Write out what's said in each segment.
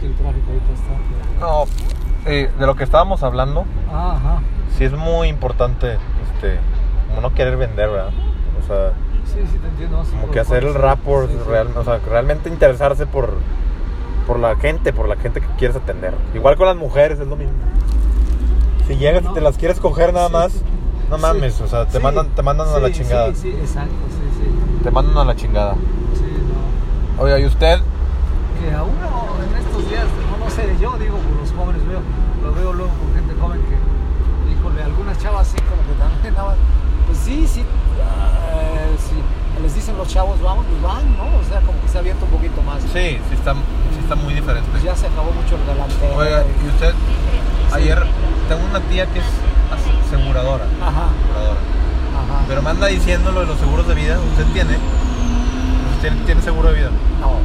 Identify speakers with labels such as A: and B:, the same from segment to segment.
A: que el tráfico ahorita está. pero-
B: No, sí, de lo que estábamos hablando,
A: Ah, ajá.
B: sí es muy importante, este, como no querer vender, ¿verdad? O sea,
A: Sí, sí, te entiendo. sí,
B: como
A: por
B: que hacer el
A: parte,
B: rapport,
A: sí, sí.
B: real- o sea, realmente interesarse por, por la gente, por la gente que quieres atender. Igual con las mujeres es lo mismo. Si llegas
A: No.
B: y te las quieres coger nada
A: Sí.
B: más, no
A: Sí.
B: mames, o sea, te
A: Sí,
B: mandan, te mandan a la
A: sí,
B: chingada.
A: Sí, sí, exacto, sí,
B: Te mandan a la chingada.
A: sí. Sí, no.
B: Oiga, ¿y usted?
A: Que a uno en estos días, no, no sé, yo digo, por los jóvenes veo, lo veo luego con gente joven que, híjole, algunas chavas sí, como que también nada más, Pues sí, sí, eh, sí, les dicen los chavos, vamos, pues van, ¿no? O sea, como que se ha abierto un poquito más.
B: Sí, sí está, sí está muy diferente.
A: Pues ya se acabó mucho el galanteo.
B: Oiga, ¿y usted? Ayer tengo una tía que es aseguradora.
A: Ajá,
B: aseguradora.
A: ajá.
B: Pero me anda diciendo lo de los seguros de vida. ¿Usted tiene? ¿Usted tiene seguro de vida?
A: No,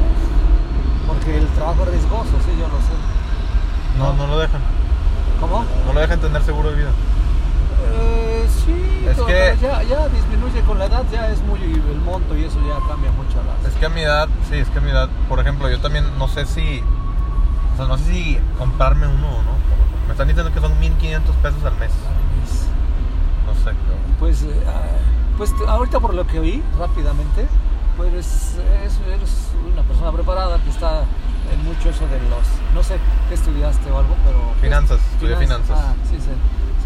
A: porque el trabajo es riesgoso, sí, yo lo sé.
B: No, no lo dejan.
A: ¿Cómo?
B: No lo dejan tener seguro de vida.
A: Eh, sí,
B: Es
A: pero
B: que-
A: ya, ya disminuye con la edad, ya es muy el monto y eso ya cambia mucho a las...
B: Es que a mi edad, sí, es que a mi edad, por ejemplo, yo también no sé si. O sea, no sé si comprarme uno o no. Me están diciendo que son 1500 pesos al mes. No sé, cabrón.
A: Pues, eh, ah, pues t- ahorita por lo que oí rápidamente, pues es- es- eres una persona preparada que está en mucho eso de los... No sé qué estudiaste o algo, pero... pues,
B: Finanzas, estudié finanzas.
A: Ah, sí, se,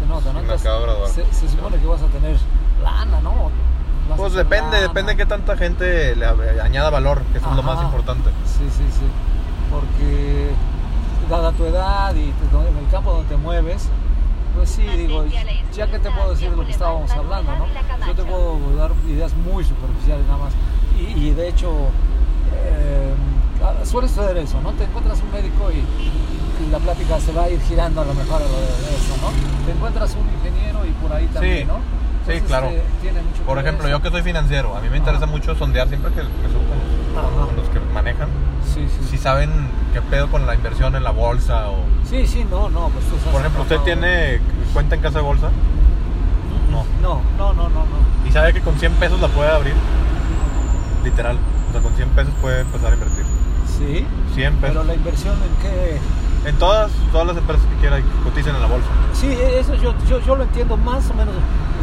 A: se nota,
B: Sí,
A: ¿no?
B: me acabo de graduar.
A: se, se supone que vas a tener lana, ¿no? Vas a
B: Pues
A: hacer
B: depende,
A: lana.
B: depende de qué tanta gente le añada valor, que eso es lo más
A: Ajá.
B: importante.
A: Sí, sí, sí. Porque dada tu edad y te- donde- en el campo donde te mueves, pues sí, digo, ya que te puedo decir de lo que estábamos hablando, ¿no? Yo te puedo dar ideas muy superficiales nada más. Y, y de hecho, eh, ah, suele suceder eso, ¿no? Te encuentras un médico y, y la plática se va a ir girando a lo mejor a lo de eso, ¿no? Te encuentras un ingeniero y por ahí también, ¿no?
B: sí, claro.
A: eh, tiene mucho que
B: Por
A: ver
B: ejemplo,
A: eso.
B: yo que soy financiero, a mí me interesa
A: Ajá.
B: mucho sondear siempre que, que subo con los- con
A: Ajá.
B: los, que manejan.
A: Sí, sí.
B: Si saben qué pedo con la inversión en la bolsa o...
A: Sí, sí, no, no, pues tú estás
B: Por ejemplo, ¿usted
A: atrapado.
B: tiene cuenta en casa de bolsa? No.
A: No, no, no, no, no.
B: ¿Y sabe que con 100 pesos la puede abrir? Literal. O sea, con 100 pesos puede empezar a invertir.
A: Sí.
B: 100
A: Pero
B: pesos.
A: la inversión en qué.
B: En todas, todas las empresas que quiera y que coticen en la bolsa.
A: Sí, eso yo, yo, yo lo entiendo más o menos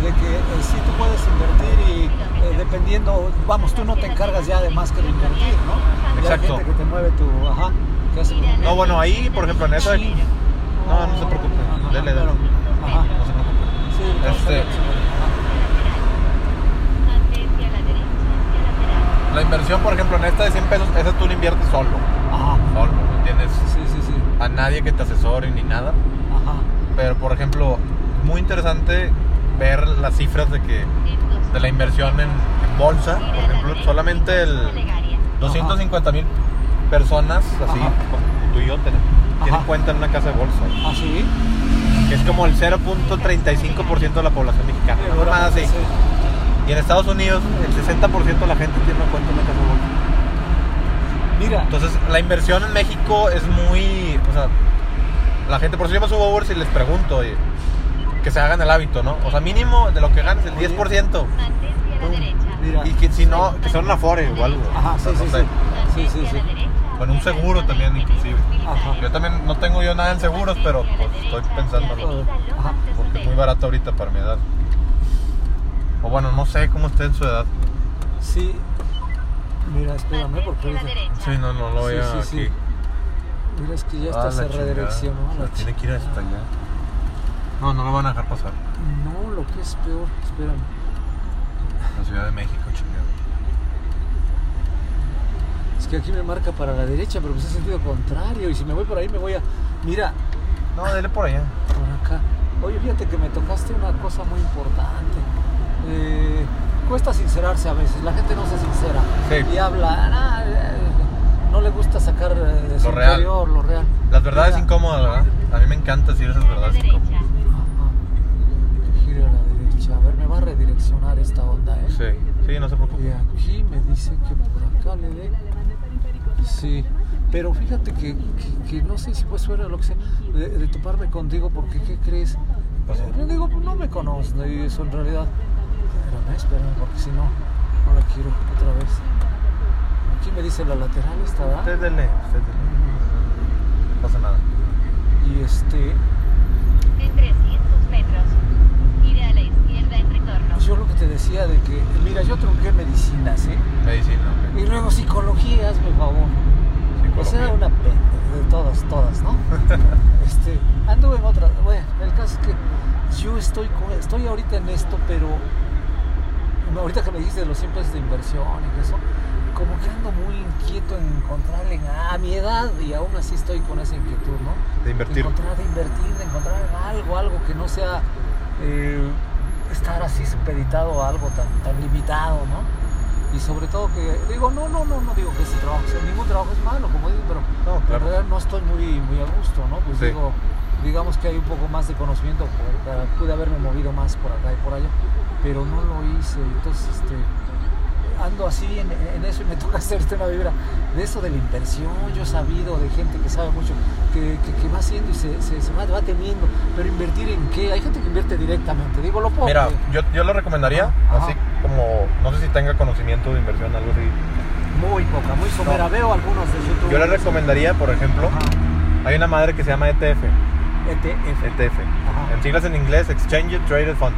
A: de que eh, sí tú puedes invertir y eh, dependiendo, vamos, tú no te encargas ya de más que de invertir, ¿no? Ya hay
B: Exacto.
A: gente que te mueve tu, ajá, que hace como-
B: No, bueno, ahí, por ejemplo, en esa...
A: Sí.
B: No, no se preocupe.
A: Ajá,
B: Dele, dele.
A: pero- ajá.
B: No se preocupe.
A: Sí,
B: Este-
A: este...
B: La inversión, por ejemplo, en esta de 100 pesos, esa tú la inviertes solo.
A: Ajá.
B: Solo, ¿me entiendes?
A: Sí, sí, sí.
B: a nadie que te asesore ni nada.
A: Ajá.
B: Pero, por ejemplo, muy interesante ver las cifras de que de la inversión en, en bolsa, por ejemplo, solamente el 250 mil personas, así
A: Ajá.
B: como tú y yo, ten- tienen
A: Ajá.
B: cuenta en una casa de bolsa,
A: ¿Ah, sí?
B: que es como el 0.35% de la población mexicana.
A: Sí,
B: una mamada así.
A: sí.
B: Y en Estados Unidos, el 60% de la gente tiene una cuenta en una casa de bolsa.
A: Mira,
B: Entonces, la inversión en México es muy. O sea, la gente, por eso yo me subo a Uber y les pregunto, oye, que se hagan el hábito, ¿no? O sea, mínimo de lo que ganes, el 10%.
A: mira.
B: Y que si no, que son una Afore o algo.
A: Ajá, sí,
B: O
A: sí,
B: sea, no sé.
A: sí. Sí, sí, sí.
B: Con un seguro también, inclusive.
A: Ajá.
B: Yo también no tengo yo nada en seguros, pero pues estoy pensándolo.
A: Ajá,
B: Porque es muy barato ahorita para mi edad. O bueno, no sé cómo esté en su edad.
A: Sí. Mira, espérame porque ahorita-
B: Sí, no, no lo
A: Sí,
B: veo
A: sí, sí.
B: aquí.
A: Mira, es que ya
B: Ah,
A: está
B: la
A: se
B: chingada.
A: redireccionó.
B: O sea,
A: la
B: Tiene que ir hasta
A: chingada.
B: allá. No, no lo van a dejar pasar.
A: No, lo que es peor, espérame.
B: La Ciudad de México, chingado.
A: Es que aquí me marca para la derecha, pero pues es sentido contrario. Y si me voy por ahí, me voy a. Mira,
B: No, dele por allá.
A: por acá. Oye, fíjate que me tocaste una cosa muy importante. Eh, cuesta sincerarse a veces, la gente no se sincera
B: Sí.
A: y habla, "Ah, eh, no le gusta sacar eh, de su
B: Lo real.
A: interior lo real.
B: Las verdades
A: Mira.
B: incómodas, ¿verdad? A mí me encanta decir esas verdades incómodas.
A: Ajá. Giro a la derecha, a ver, me va a redireccionar esta onda, ¿eh?
B: Sí, sí, no se
A: Y
B: preocupe.
A: aquí me dice que por acá le dé. Sí, pero fíjate que, que- que no sé si fue suerte o lo que sea de, de toparme contigo, porque ¿qué crees?
B: pasó?
A: Eh, digo, no me conoces, ¿no? y eso en realidad. Espérame, espérame, porque si no, no la quiero otra vez. Aquí me dice la lateral esta, ¿verdad?
B: Usted dele, usted dele.
A: este, pues ¿eh? pues era una pendeja de todas, todas, ¿no? este, anduve en otra, bueno, el caso es que yo estoy, estoy ahorita en esto, pero ahorita que me dijiste de los simples de inversión y que eso, como que ando muy inquieto en encontrarle a mi edad y aún así estoy con esa inquietud, ¿no?
B: De invertir.
A: De encontrar, de invertir, de encontrar en algo, algo que no sea eh, estar así supeditado a algo tan, tan limitado, ¿no? y sobre todo que digo no no no no digo que ese trabajo sea, ningún trabajo es malo como digo pero no, claro. en realidad no estoy muy muy a gusto no pues sí. digo digamos que hay un poco más de conocimiento para, pude haberme movido más por acá y por allá pero no lo hice entonces este ando así en, en eso y me toca hacerte una vibra de eso de la inversión yo he sabido de gente que sabe mucho que, que, que va haciendo y se, se, se, va, teniendo pero invertir en qué hay gente que invierte directamente digo lo puedo
B: mira yo, yo lo recomendaría ah, así ah. como no sé si tenga conocimiento de inversión algo así
A: muy poca muy somera no. veo algunos de YouTube
B: yo le recomendaría por ejemplo ah. hay una madre que se llama ETF
A: ETF
B: ETF E en siglas en inglés Exchange Traded Fund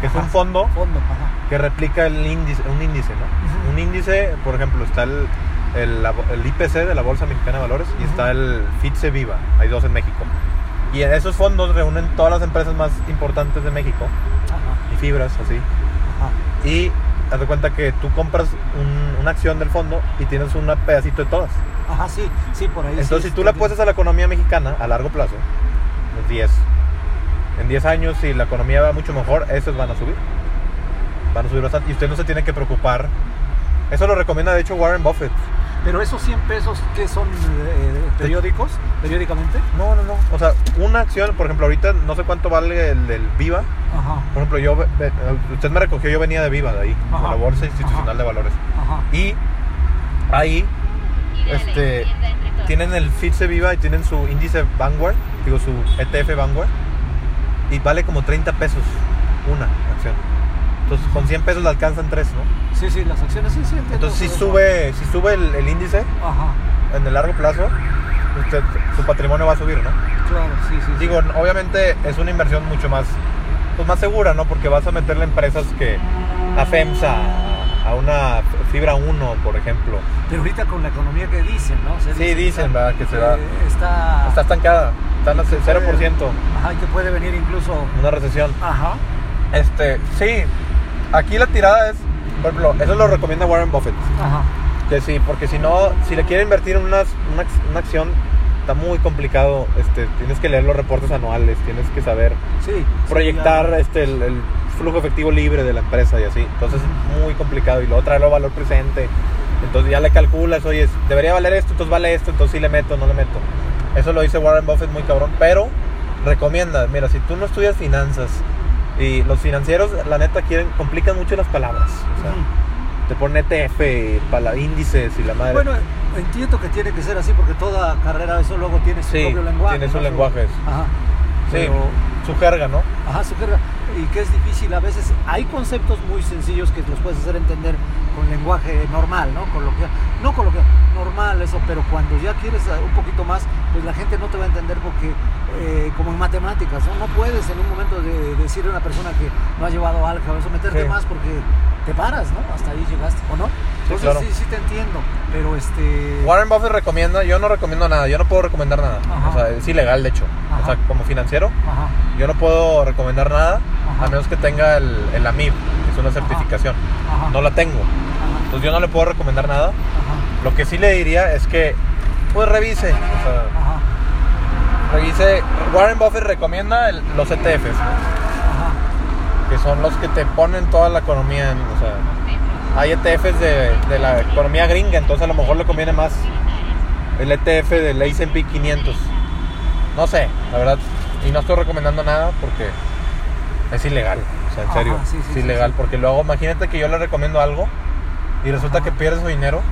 B: que es un fondo,
A: fondo
B: que replica el índice, un índice, ¿no? Uh -huh. Un índice, por ejemplo, está el, el, el, IPC de la Bolsa Mexicana de Valores y uh -huh. está el FITSE Viva, hay dos en México. Y en esos fondos reúnen todas las empresas más importantes de México uh -huh. y fibras, así. Y haz de cuenta que tú compras un, una acción del fondo y tienes un pedacito de todas.
A: Ajá, sí, sí, por ahí.
B: Entonces,
A: sí, este,
B: si tú la apuestas a la economía mexicana a largo plazo, los 10, en 10 años, si la economía va mucho mejor, esos van a subir. Van a subir bastante. Y usted no se tiene que preocupar. Eso lo recomienda, de hecho, Warren Buffett.
A: Pero esos 100 pesos que son eh, periódicos, periódicamente.
B: No, no, no. O sea, una acción, por ejemplo, ahorita no sé cuánto vale el del Viva. Ajá. Por ejemplo, yo, usted me recogió, yo venía de Viva, de ahí, Ajá. de la Bolsa Institucional Ajá. de Valores. Y ahí, este, tienen el FITSE Viva y tienen su índice Vanguard, digo, su ETF Vanguard y vale como 30 pesos una acción. Entonces con 100 pesos la alcanzan 3, ¿no?
A: Sí, sí, las acciones sí, sí.
B: Entonces si sube, si sube el, el índice Ajá. en el largo plazo, usted, su patrimonio va a subir, ¿no?
A: Claro, sí, sí.
B: Digo,
A: sí.
B: obviamente es una inversión mucho más, pues más segura, ¿no? Porque vas a meterle empresas que a FEMSA, a una Fibra 1, por ejemplo.
A: Pero ahorita con la economía que dicen, ¿no?
B: Se sí, dice dicen, ¿verdad? Que se va.
A: Está,
B: está estancada, está en el 0%.
A: Puede, ajá, y que puede venir incluso.
B: Una recesión.
A: Ajá.
B: Este, sí, aquí la tirada es, por ejemplo, eso lo recomienda Warren Buffett.
A: Ajá.
B: Que sí, porque si no, si le quiere invertir en una, una, una acción está muy complicado. Este, tienes que leer los reportes anuales, tienes que saber
A: sí,
B: proyectar
A: sí,
B: claro. este, el, el, flujo efectivo libre de la empresa y así. Entonces es muy complicado. Y luego traerlo valor presente. Entonces ya le calculas, oye, debería valer esto, entonces vale esto, entonces sí le meto, no le meto. Eso lo dice Warren Buffett muy cabrón. Pero recomienda, mira, si tú no estudias finanzas y los financieros, la neta, quieren, complican mucho las palabras. O sea, uh -huh. te ponen ETF, para índices y la madre.
A: Bueno, entiendo que tiene que ser así porque toda carrera eso luego tiene su
B: sí,
A: propio lenguaje.
B: Tiene sus ¿no? lenguajes.
A: Ajá.
B: Sí, pero, su jerga, ¿no?
A: Ajá, su jerga. Y que es difícil a veces. Hay conceptos muy sencillos que los puedes hacer entender con lenguaje normal, ¿no? Con lo que, no con lo que normal eso, pero cuando ya quieres ah, un poquito más, pues la gente no te va a entender porque, eh, como en matemáticas, ¿no? no puedes en un momento de, decirle a una persona que no ha llevado álgebra, eso meterte sí. más porque te paras, ¿no? Hasta ahí llegaste, ¿o no? Entonces sí, claro. sí, sí, te entiendo, pero este...
B: Warren Buffett recomienda, yo no recomiendo nada, yo no puedo recomendar nada, Ajá. o sea, es ilegal de hecho, Ajá. o sea, como financiero, Ajá. yo no puedo recomendar nada a menos que tenga el, el AMIB, que es una certificación, no la tengo, entonces yo no le puedo recomendar nada, lo que sí le diría es que, pues revise, o sea, revise, Warren Buffett recomienda el, los E ETFs, ¿no? que son los que te ponen toda la economía. O sea, hay ETFs de, de, la economía gringa, entonces a lo mejor le conviene más el E ETF del S&P 500. No sé, la verdad. Y no estoy recomendando nada porque es ilegal. O sea, en serio,
A: Ajá, sí, sí,
B: es sí, ilegal. Porque luego, imagínate que yo le recomiendo algo y resulta Ajá. que pierde su dinero.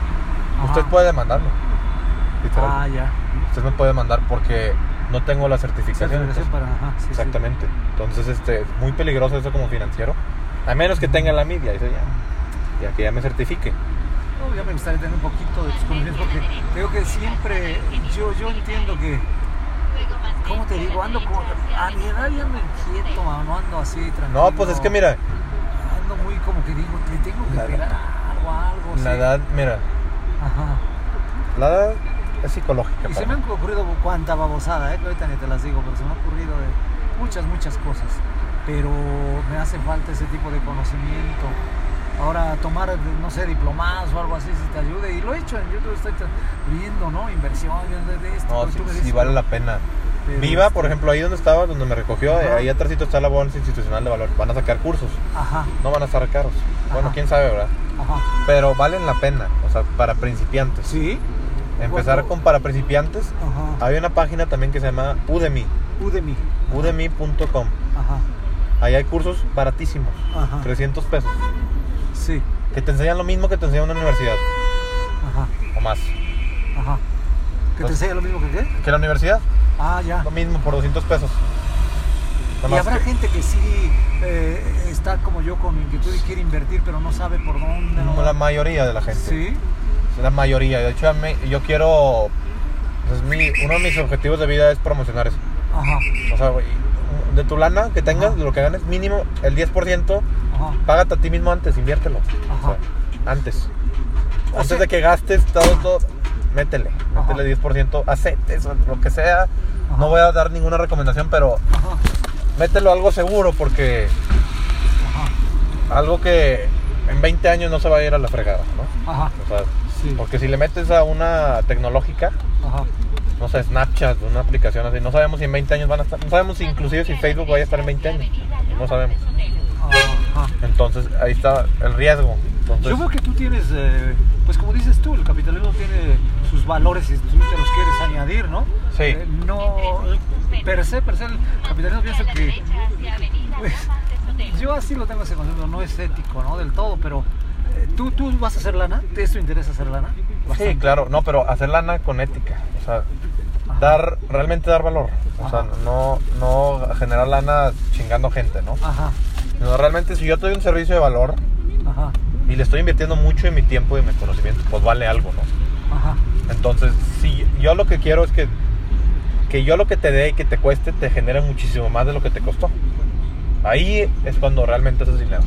B: Ajá. Usted puede demandarlo.
A: Literal. Ah, ya.
B: Usted me puede demandar porque no tengo la certificación.
A: certificación para, ajá, sí,
B: exactamente. Sí. Entonces, este, es muy peligroso eso como financiero. A menos que tenga la media, eso ya. Ya que ya me certifique.
A: No, ya me gustaría tener un poquito de tus porque creo que siempre, yo, yo entiendo que, ¿cómo te digo? Ando Ah, como, a mi edad ya ando inquieto, no ando así tranquilo.
B: No, pues es que mira.
A: Ando muy como que digo, le Pues tengo que pegar algo, algo.
B: La
A: sí.
B: edad, mira.
A: Ajá.
B: La edad es psicológica.
A: Y se me han ocurrido cuánta babosada, ¿eh? que ahorita ni te las digo, pero se me han ocurrido de muchas, muchas cosas. Pero me hace falta ese tipo de conocimiento. Ahora tomar, no sé, diplomados o algo así, si te ayude. Y lo he hecho en YouTube, estoy viendo, ¿no? Inversión de esto.
B: No,
A: tú
B: sí,
A: me
B: sí
A: dices,
B: vale la pena.
A: pero
B: Viva,
A: este-
B: por ejemplo, ahí donde estaba, donde me recogió, eh,
A: Ajá.
B: ahí atrásito está la bolsa institucional de valor. Van a sacar cursos,
A: Ajá,
B: no van a estar caros. Bueno,
A: Ajá.
B: quién sabe, ¿verdad?
A: ajá.
B: Pero valen la pena, o sea, para principiantes.
A: Sí,
B: Empezar
A: Bueno.
B: con para principiantes.
A: ajá.
B: Hay una página también que se llama Udemy,
A: Udemy.
B: udemy.com.
A: Ajá,
B: Ahí hay cursos baratísimos,
A: ajá.
B: 300 pesos,
A: Sí,
B: que te enseñan lo mismo que te enseña una universidad,
A: ajá,
B: o más.
A: ajá. ¿Que te
B: Entonces-
A: enseña lo mismo que qué?
B: Que la universidad,
A: Ah, ya.
B: lo mismo, por 200 pesos. Nada
A: Y
B: más
A: habrá
B: que-
A: gente que sí eh, está como yo con inquietud y quiere invertir, pero no sabe por dónde. ¿no?
B: No, la mayoría de la gente.
A: Sí,
B: La mayoría. De hecho, a mí- yo quiero. pues, mi- uno de mis objetivos de vida es promocionar eso.
A: ajá,
B: O sea, güey, de tu lana que tengas,
A: Ajá.
B: de lo que ganes, mínimo el 10%,
A: ajá.
B: págate a ti mismo antes, inviértelo. O sea,
A: Ajá.
B: antes.
A: O
B: Antes
A: sea-
B: de que gastes todo, todo métele.
A: Ajá.
B: Métele 10%, acepte eso, lo que sea.
A: Ajá.
B: No voy a dar ninguna recomendación, pero
A: Ajá,
B: mételo algo seguro porque
A: ajá,
B: algo que en 20 años no se va a ir a la fregada, ¿no?
A: ajá.
B: O sea,
A: Sí,
B: porque si le metes a una tecnológica,
A: ajá.
B: no sé, Snapchat, una aplicación así, no sabemos si en 20 años van a estar, no sabemos si inclusive si Facebook vaya a estar en 20 años, no sabemos.
A: ajá.
B: Entonces ahí está el riesgo. Entonces,
A: Yo veo que tú tienes, eh, pues como dices tú, el capitalismo tiene sus valores y tú te los quieres añadir, ¿no?
B: Sí.
A: Eh, no, per se, per se, el capitalismo piensa que Pues, yo así lo tengo ese concepto, no es ético, ¿no? Del todo, pero eh, ¿tú, tú vas a hacer lana, ¿te esto interesa hacer lana?
B: sí,
A: Bastante.
B: claro, no, pero hacer lana con ética, o sea,
A: Ajá.
B: dar, realmente dar valor, o sea,
A: Ajá.
B: no, no generar lana chingando gente, ¿no?
A: Ajá,
B: No, realmente si yo te doy un servicio de valor
A: ajá,
B: y le estoy invirtiendo mucho en mi tiempo y en mi conocimiento, pues vale algo, ¿no?
A: ajá,
B: Entonces, si yo lo que quiero es que, que yo lo que te dé y que te cueste te genere muchísimo más de lo que te costó. Ahí es cuando realmente haces dinero.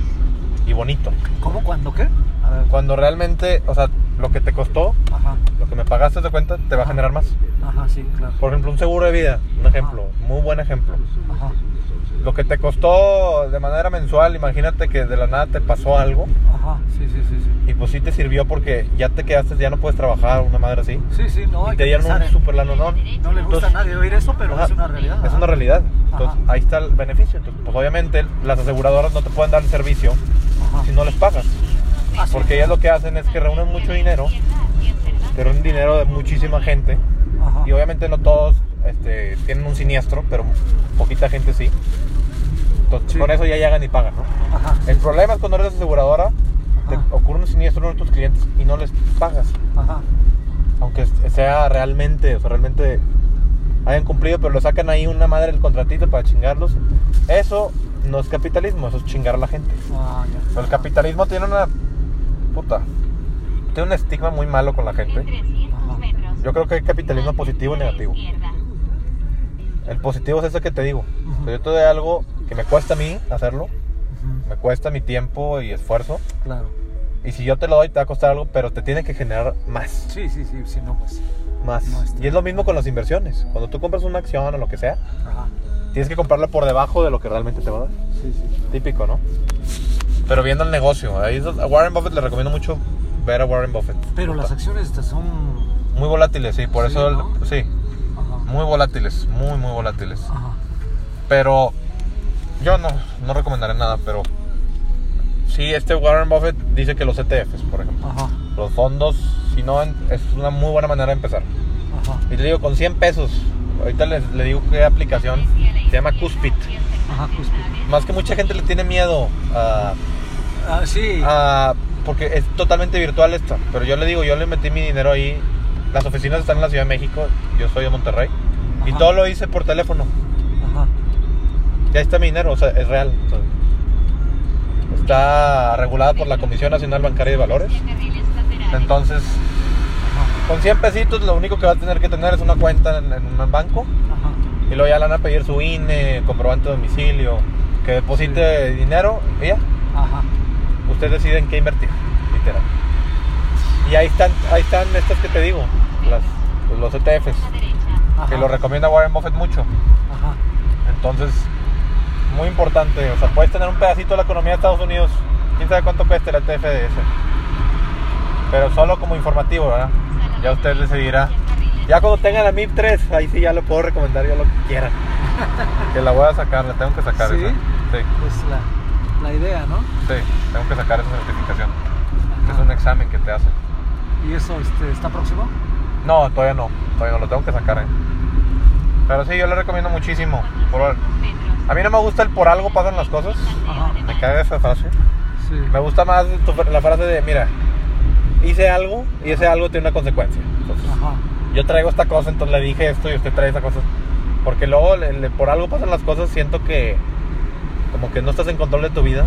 B: Y bonito.
A: ¿Cómo, cuándo, qué? A ver,
B: Cuando realmente, o sea, lo que te costó,
A: ajá,
B: lo que me pagaste de cuenta, te va a generar más.
A: ajá, sí, claro,
B: Por ejemplo, un seguro de vida, un ejemplo, muy buen ejemplo.
A: ajá,
B: Lo que te costó de manera mensual, imagínate que de la nada te pasó algo
A: ajá, sí, sí, sí, sí.
B: y pues sí te sirvió porque ya te quedaste, ya no puedes trabajar, una madre así.
A: Sí, sí, no,
B: Y
A: hay que
B: te dieron
A: pensar
B: un
A: en-
B: super lanonón.
A: No le gusta
B: Entonces-
A: a nadie oír eso, pero
B: Ajá.
A: es una realidad.
B: Es
A: ajá.
B: una realidad. Entonces,
A: Ajá.
B: ahí está el beneficio. Entonces, pues obviamente las aseguradoras no te pueden dar el servicio
A: Ajá.
B: si no les pagas.
A: Ah, sí.
B: Porque ellas lo que hacen es que reúnen mucho dinero,
C: Pero
B: reúnen dinero de muchísima gente.
A: Ajá.
B: Y obviamente no todos este, tienen un siniestro, pero poquita gente sí. Entonces,
A: Sí.
B: con eso ya llegan y pagan. ¿no?
A: Ajá.
B: El problema es cuando eres aseguradora, te
A: Ajá.
B: ocurre un siniestro a uno de tus clientes y no les pagas.
A: Ajá.
B: Aunque sea realmente, o sea, realmente hayan cumplido, pero le sacan ahí una madre del contratito para chingarlos. Eso no es capitalismo, eso es chingar a la gente.
A: Ah, ya.
B: Pero el capitalismo tiene una. puta. Tiene un estigma muy malo con la gente. Yo creo que hay capitalismo positivo y negativo. El positivo es ese que te digo. O sea, yo te doy algo que me cuesta a mí hacerlo,
A: Ujú.
B: me cuesta mi tiempo y esfuerzo.
A: Claro.
B: Y si yo te lo doy, te va a costar algo, pero te tiene que generar más.
A: Sí, sí, sí, si no, pues.
B: Más.
A: No, este-
B: Y es lo mismo con las inversiones. Cuando tú compras una acción o lo que sea,
A: Ajá.
B: tienes que comprarla por debajo de lo que realmente te va a dar.
A: Sí, sí.
B: Típico, ¿no? Pero viendo el negocio. ahí es- a Warren Buffett le recomiendo mucho ver a Warren Buffett.
A: Pero las
B: Puta.
A: acciones estas son.
B: Muy volátiles, sí, por
A: Sí,
B: eso.
A: ¿no?
B: Sí,
A: Ajá.
B: muy volátiles, muy, muy volátiles.
A: Ajá.
B: Pero yo no, no recomendaré nada, pero. Sí, este Warren Buffett dice que los ETFs, por ejemplo.
A: Ajá.
B: Los fondos, si no, en- es una muy buena manera de empezar.
A: Ajá.
B: Y le digo, con 100 pesos. Ahorita les, le digo qué aplicación. Se llama Cuspit.
A: Ajá, cúspide.
B: Más que mucha gente le tiene miedo a.
A: Ah, sí.
B: Ah, porque es totalmente virtual esta. Pero yo le digo, yo le metí mi dinero ahí. Las oficinas están en la Ciudad de México. Yo soy de Monterrey. Y
A: Ajá.
B: todo lo hice por teléfono.
A: Ajá.
B: Ya está mi dinero, o sea, es real. o sea, está regulada por la Comisión Nacional Bancaria de Valores. Entonces,
A: Ajá.
B: con 100 pesitos lo único que va a tener que tener es una cuenta en, en un banco.
A: Ajá.
B: Y luego ya le van a pedir su INE, comprobante de domicilio, que deposite dinero. Y ya,
A: Ajá.
B: ustedes deciden qué invertir, literal. Y ahí están, ahí están estas que te digo, las los ETFs,
A: Ajá.
B: que lo recomienda Warren Buffett mucho.
A: Ajá.
B: Entonces, muy importante. O sea, puedes tener un pedacito de la economía de Estados Unidos. ¿Quién sabe cuánto cuesta el ETF de ese? Pero solo como informativo, ¿verdad? Ya usted le seguirá. Ya cuando tenga la MIP 3, ahí sí ya lo puedo recomendar yo lo que quiera. Que la voy a sacar, la tengo que sacar
A: ¿Sí?
B: esa. Sí,
A: Es la, la idea, ¿no?
B: sí, tengo que sacar esa certificación.
A: Ajá.
B: Es un examen que te hacen.
A: ¿Y eso este, está próximo?
B: No, todavía no, todavía no, lo tengo que sacar. ¿eh? Pero sí, yo le recomiendo muchísimo. Por- a mí no me gusta el por algo pasan las cosas.
A: Ajá.
B: Me cae esa frase.
A: Sí.
B: Me gusta más tu- la frase de, mira, hice algo y ese algo tiene una consecuencia. Entonces,
A: Ajá.
B: yo traigo esta cosa, entonces le dije esto y usted trae esa cosa. Porque luego, le- le- por algo pasan las cosas, siento que como que no estás en control de tu vida.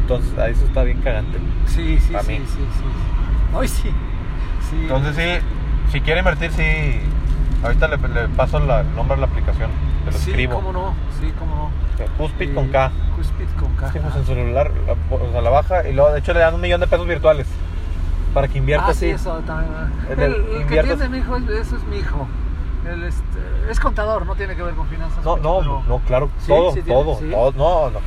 B: Entonces, ahí eso está bien cagante.
A: Sí, sí,
B: Para
A: sí,
B: mí.
A: sí, sí. Ay, sí. Sí.
B: Entonces, sí, si quiere invertir, sí. Ahorita le, le paso la- el nombre de la aplicación. Te lo
A: sí,
B: escribo.
A: cómo no, sí, cómo no.
B: Cuspid
A: Eh,
B: con K.
A: Cuspid con K.
B: Sí, pues, en celular, la, o sea, la baja y luego, de hecho, le dan un millón de pesos virtuales para que invierta
A: Ah, sí,
B: así.
A: eso también.
B: El
A: El,
B: del
A: el que
B: inviertes-
A: tiene mi hijo, eso es mi hijo. Él este, es contador, no tiene que ver con finanzas.
B: No, no,
A: pero-
B: no, claro,
A: Sí,
B: todo,
A: sí tiene,
B: todo,
A: sí.
B: todo, no, no.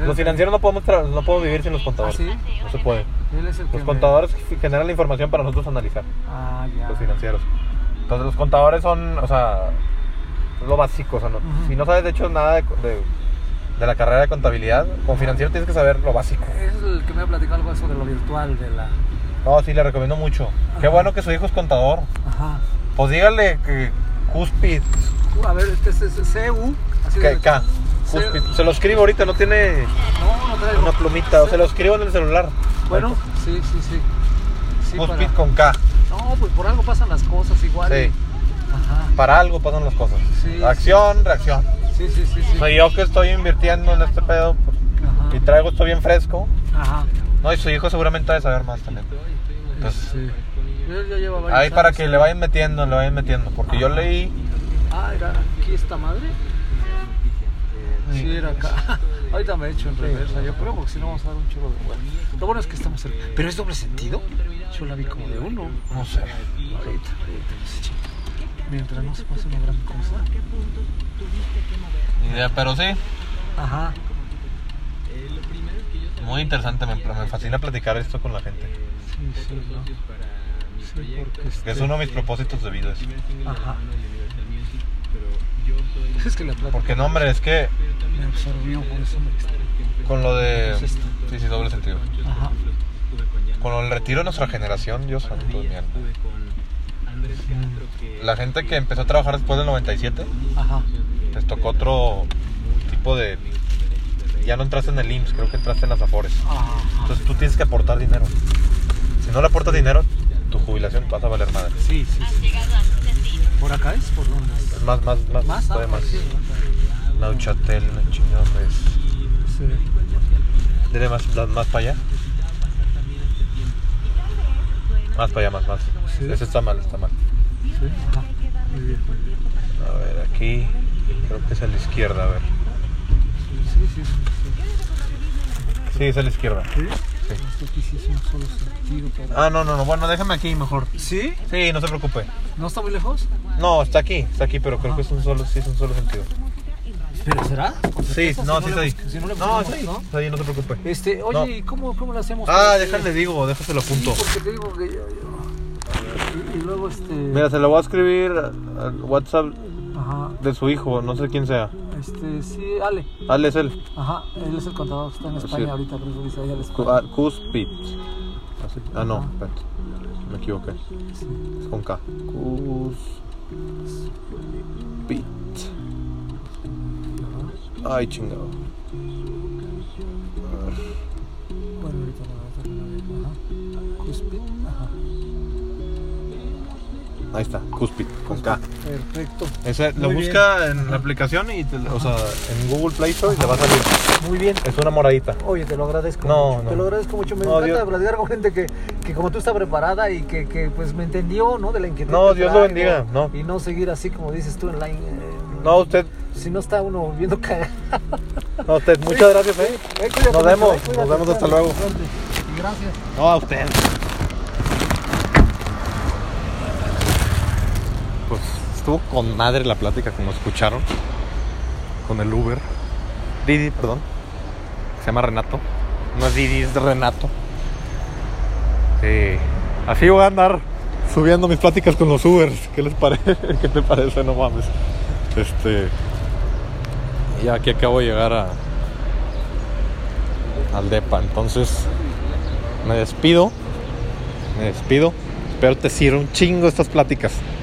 A: él-
B: Los financieros no podemos, tra- no podemos vivir sin los contadores.
A: ¿Ah, sí?
B: No se puede.
A: Él es el que
B: Los
A: me-
B: contadores generan la información para nosotros analizar,
A: Ah, ya.
B: los financieros. Entonces, los contadores son, o sea, lo básico. O sea, no-
A: Ujú.
B: si no sabes, de hecho, nada de, de- de la carrera de contabilidad, con financiero tienes que saber lo básico.
A: Es el que me ha platicado algo de eso de lo virtual, de la.
B: No, sí, le recomiendo mucho. Qué
A: Ajá.
B: bueno que su hijo es contador.
A: Ajá.
B: Pues dígale que Cuspid,
A: Uh, a ver, este es es CU. así
B: que
A: de-
B: K,
A: C-
B: Cuspid. Se lo escribo ahorita, no tiene
A: No, no traigo.
B: una plumita, o se lo escribo en el celular.
A: Bueno, sí, sí, sí. Sí,
B: Cuspid
A: para-
B: con K.
A: No, pues por algo pasan las cosas igual.
B: Sí.
A: Ajá.
B: Para algo pasan las cosas.
A: Sí,
B: Acción, reacción.
A: Sí, sí, sí, sí.
B: Soy yo que estoy invirtiendo en este pedo pues, y
A: Ajá.
B: traigo esto bien fresco.
A: Ajá.
B: No, y su hijo seguramente va a saber más también. Entonces,
A: Sí. Él ya lleva varios
B: ahí para
A: años.
B: que le vayan metiendo, le vayan metiendo. Porque yo leí.
A: Ah, era aquí esta madre. Sí, era acá. Ahorita me he hecho en reversa, yo creo, porque si no vamos a dar un chorro de vuelta. Lo bueno es que estamos cerca. ¿Pero es doble sentido? Yo la vi como de uno.
B: No sé.
A: Ahorita, ahorita. sí. Mientras no se pase una gran cosa.
B: Ni idea, pero sí.
A: Ajá.
B: Muy interesante. Me, me fascina platicar esto con la gente.
A: Sí, sí, ¿no? Sí, porque este-
B: Es uno de mis propósitos de vida. eso.
A: Ajá. Es que la plata
B: Porque no, hombre, es que
A: me absorbió, por eso me extrañó.
B: con lo de. Sí, sí, doble sentido.
A: Ajá.
B: Con el retiro de nuestra generación, Dios santo de mi alma. La gente que empezó a trabajar después del 97.
A: Ajá.
B: Les tocó otro tipo de. Ya no entraste en el IMSS, creo que entraste en las Afores.
A: Ajá.
B: Entonces tú tienes que aportar dinero. Si no le aportas dinero, tu jubilación vas a valer madre.
A: Sí, sí, sí. ¿Por acá es? ¿Por dónde es?
B: Es más, más, más,
A: Más, ah,
B: todavía más.
A: Sí,
B: Nauchatel, la chingada más.
A: sí.
B: Dile más, más, más para allá. Más para allá, más, más.
A: Sí.
B: Ese está mal, está mal.
A: Sí, ajá. Muy bien, muy bien.
B: A ver, aquí. Creo que es a la izquierda, a ver.
A: Sí, sí, sí.
B: Sí, es a la izquierda.
A: ¿Sí? Esto aquí sí es un solo sentido. pero-
B: Ah, no, no, no. Bueno, déjame aquí mejor.
A: ¿Sí?
B: Sí, no se preocupe.
A: ¿No está muy lejos?
B: No, está aquí, está aquí, pero creo que es un solo, sí, es un solo sentido.
A: ¿Pero será?
B: Sí, no, sí,
A: le
B: está ahí.
A: bus- si no le
B: No,
A: buscamos,
B: está ahí,
A: ¿no?
B: está ahí, no te preocupes.
A: Este, oye,
B: No.
A: ¿y cómo, cómo lo hacemos?
B: Ah,
A: Porque-
B: déjale, digo, déjaselo
A: Sí,
B: punto.
A: porque te digo que yo... yo- Y, y luego este...
B: Mira, se lo voy a escribir al WhatsApp
A: Ajá.
B: de su hijo, no sé quién sea.
A: Este, sí, Ale.
B: Ale es él.
A: Ajá, él es el contador que está en España
B: Sí.
A: ahorita, por eso dice ahí al
B: Cu- ah, Cuspit. Así. Ah, no, espérate. Me equivoqué.
A: Sí.
B: Es con K. Cuspit. Ay, chingado.
A: Bueno, ahorita lo voy a terminar. Ajá. Cuspid. Ajá.
B: Ahí está, Cuspit, con K.
A: Perfecto.
B: Ese, lo
A: Muy
B: busca en la aplicación y te- o sea, en Google Play Store y te va a salir.
A: Muy bien.
B: Es una moradita.
A: Oye, te lo agradezco.
B: No,
A: mucho.
B: no.
A: Te lo agradezco mucho. Me
B: No,
A: encanta
B: Dios-
A: platicar con gente que, que como tú está preparada y que, que, pues me entendió, ¿no? De la inquietud.
B: No,
A: que
B: Dios lo
A: traigo.
B: bendiga, no.
A: Y no seguir así como dices tú en la... in- eh,
B: No, usted,
A: Si no está uno viendo cagado.
B: no, usted, muchas gracias, eh.
A: Eh, cuídate
B: Nos
A: mucho,
B: vemos,
A: eh, cuídate,
B: nos vemos, hasta
A: cuídate,
B: luego.
A: cuídate. Y Gracias.
B: No, a usted. Pues, estuvo con madre la plática, como escucharon, con el Uber. Didi, perdón. Se llama Renato. No es Didi, es Renato. Sí. Así voy a andar subiendo mis pláticas con los Ubers. ¿Qué les parece? ¿Qué te parece? No mames. Este. Ya aquí acabo de llegar a. Al DEPA. Entonces. Me despido. Me despido. Espero te sirva un chingo estas pláticas.